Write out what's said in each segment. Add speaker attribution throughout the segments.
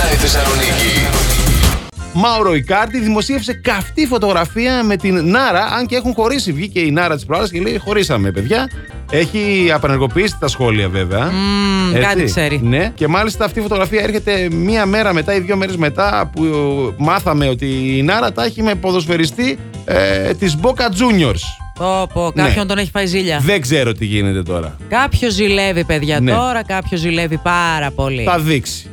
Speaker 1: Θεσσαλονίκη.
Speaker 2: Μάουρο Ικάρτη δημοσίευσε καυτή φωτογραφία με την Νάρα, αν και έχουν χωρίσει. Βγήκε η Νάρα της προάλλη και λέει: Χωρίσαμε, παιδιά. Έχει απενεργοποιήσει τα σχόλια, βέβαια.
Speaker 3: Μμμ,
Speaker 2: Έτσι.
Speaker 3: κάτι ξέρει.
Speaker 2: Ναι. Και μάλιστα αυτή η φωτογραφία έρχεται μία μέρα μετά ή δύο μέρες μετά που ε, μάθαμε ότι η Νάρα τα έχει με ποδοσφαιριστή ε, της Boca Juniors.
Speaker 3: Πω, πω,
Speaker 2: Ναι.
Speaker 3: κάποιον τον έχει πάει ζήλια.
Speaker 2: Δεν ξέρω τι γίνεται τώρα.
Speaker 3: Κάποιος ζηλεύει, παιδιά,
Speaker 2: Ναι.
Speaker 3: τώρα. Κάποιος ζηλεύει πάρα πολύ.
Speaker 2: Θα δείξει.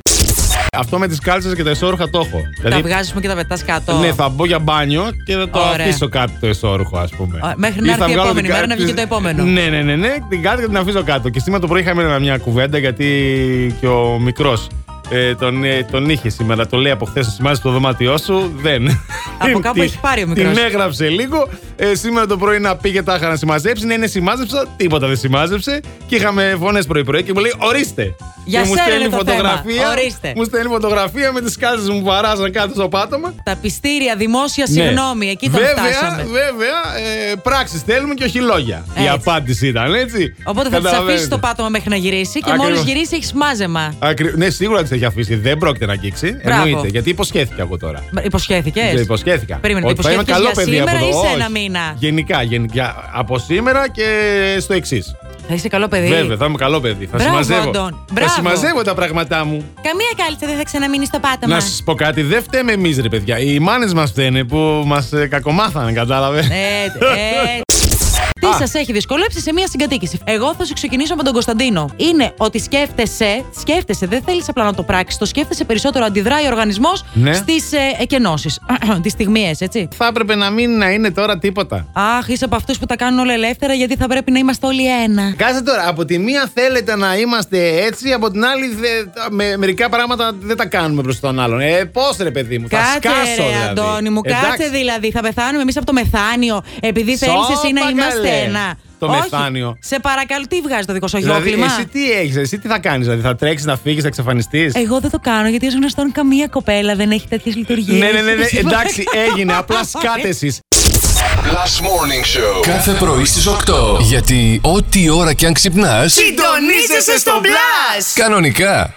Speaker 2: Αυτό με τις κάλτσες και τα εσόρουχα το έχω.
Speaker 3: Τα
Speaker 2: Δηλαδή,
Speaker 3: βγάζουμε και τα πετάς κάτω.
Speaker 2: Ναι, θα μπω για μπάνιο και θα το
Speaker 3: Ωραία.
Speaker 2: αφήσω κάτι το εσόρουχο, ας πούμε.
Speaker 3: Ω, μέχρι να
Speaker 2: Ή θα
Speaker 3: έρθει η
Speaker 2: βγάλω
Speaker 3: επόμενη
Speaker 2: την
Speaker 3: μέρα,
Speaker 2: κάρτα
Speaker 3: να βγει
Speaker 2: της-
Speaker 3: το επόμενο.
Speaker 2: Ναι, ναι, ναι, ναι, την κάρτα και την αφήσω κάτω. Και σήμερα το πρωί είχαμε μια κουβέντα γιατί και ο μικρός ε, τον, ε, τον είχε σήμερα. Το λέει από χθες σημάζει στο δωμάτιό σου. Δεν.
Speaker 3: Από κάπου
Speaker 2: Την-
Speaker 3: έχει πάρει ο μικρός.
Speaker 2: Την έγραψε λίγο. Ε, σήμερα το πρωί να πήγε τάχα να συμμαζέψει. Ναι, ναι, συμμάζεψα. Τίποτα δεν συμμάζεψε. Και είχαμε φωνές πρωί-πρωί και μου λέει Ορίστε.
Speaker 3: Για
Speaker 2: και μου
Speaker 3: σένα
Speaker 2: στέλνει
Speaker 3: είναι το θέμα.
Speaker 2: φωτογραφία.
Speaker 3: Ορίστε.
Speaker 2: Μου στέλνει φωτογραφία με τις κάλτσε μου που βαράζαν κάτω στο πάτωμα.
Speaker 3: Τα πιστήρια, δημόσια
Speaker 2: Ναι.
Speaker 3: συγγνώμη, εκεί τον
Speaker 2: βέβαια,
Speaker 3: φτάσαμε.
Speaker 2: Βέβαια, ε, πράξεις θέλουμε και όχι λόγια. Η
Speaker 3: Έτσι.
Speaker 2: απάντηση ήταν έτσι.
Speaker 3: Οπότε θα τις αφήσει
Speaker 2: Καταλαβαίνετε.
Speaker 3: το πάτωμα μέχρι να γυρίσει και
Speaker 2: Ακριβώς.
Speaker 3: μόλι γυρίσει έχεις μάζεμα.
Speaker 2: Ακρι... Ναι, σίγουρα τις έχει αφήσει. Δεν πρόκειται να αγγίξει.
Speaker 3: Μπράβο.
Speaker 2: Εννοείται. Γιατί υποσχέθηκα εγώ τώρα.
Speaker 3: Υποσχέθηκε.
Speaker 2: Δεν υποσχέθηκα.
Speaker 3: Περίμενε,
Speaker 2: Ότι θα είμαι
Speaker 3: υποσχέθηκες
Speaker 2: καλό
Speaker 3: για
Speaker 2: παιδί από
Speaker 3: σήμερα
Speaker 2: εδώ.
Speaker 3: ή σε
Speaker 2: Όχι.
Speaker 3: ένα μήνα?
Speaker 2: Γενικά, γενικά. Από σήμερα και στο εξής.
Speaker 3: Θα είσαι καλό παιδί.
Speaker 2: Βέβαια, θα είμαι καλό παιδί. Θα
Speaker 3: Μπράβο,
Speaker 2: συμμαζεύω.
Speaker 3: Αντών.
Speaker 2: Θα
Speaker 3: Μπράβο.
Speaker 2: συμμαζεύω τα πράγματά μου.
Speaker 3: Καμία κάλτσα δεν θα ξαναμείνει στο πάτωμα.
Speaker 2: Να σας πω κάτι, δεν φταίμε εμείς, ρε παιδιά. Οι μάνες μας φταίνε που μας κακομάθανε, κατάλαβες.
Speaker 3: Ε, ε, τι σας έχει δυσκολέψει σε μία συγκατοίκηση. Εγώ θα σου ξεκινήσω με τον Κωνσταντίνο. Είναι ότι σκέφτεσαι, σκέφτεσαι, δεν θέλεις απλά να το πράξεις, το σκέφτεσαι περισσότερο. Αντιδράει ο οργανισμός
Speaker 2: Ναι.
Speaker 3: στις ε, εκενώσεις, τις στιγμίε, έτσι.
Speaker 2: Θα έπρεπε να μην να είναι τώρα τίποτα.
Speaker 3: Αχ, είσαι από αυτούς που τα κάνουν όλα ελεύθερα, γιατί θα πρέπει να είμαστε όλοι ένα.
Speaker 2: Κάτσε τώρα, από τη μία θέλετε να είμαστε έτσι, από την άλλη δε- τα- με, μερικά πράγματα δεν τα κάνουμε προς τον άλλον. Ε, πώς ρε παιδί μου, θα
Speaker 3: Κάτσε,
Speaker 2: σκάσω
Speaker 3: ρε,
Speaker 2: δηλαδή.
Speaker 3: Αντώνη μου, κάτσε
Speaker 2: Εντάξει.
Speaker 3: δηλαδή. Θα πεθάνουμε εμείς από το μεθάνιο, επειδή θέλεις εσύ να
Speaker 2: Σώπα,
Speaker 3: είμαστε
Speaker 2: καλέ.
Speaker 3: ένα.
Speaker 2: Το
Speaker 3: Όχι.
Speaker 2: μεθάνιο.
Speaker 3: Σε παρακαλώ, τι βγάζει το δικό σου
Speaker 2: Δηλαδή,
Speaker 3: αγιόκλημα.
Speaker 2: εσύ τι έχεις, εσύ τι θα κάνεις, δηλαδή θα τρέξεις να φύγεις, θα εξαφανιστείς.
Speaker 3: Εγώ δεν το κάνω γιατί ως γνωστόν καμία κοπέλα δεν έχει τέτοιες λειτουργίες.
Speaker 2: ναι, ναι, ναι, ναι, εντάξει, έγινε. Απλά σκάτε εσείς.
Speaker 1: Last Morning Show.
Speaker 4: Κάθε πρωί στις 8. Γιατί ό,τι ώρα κι αν ξυπνάς,
Speaker 5: Συντονίζεσαι στο μπλα!
Speaker 4: κανονικά.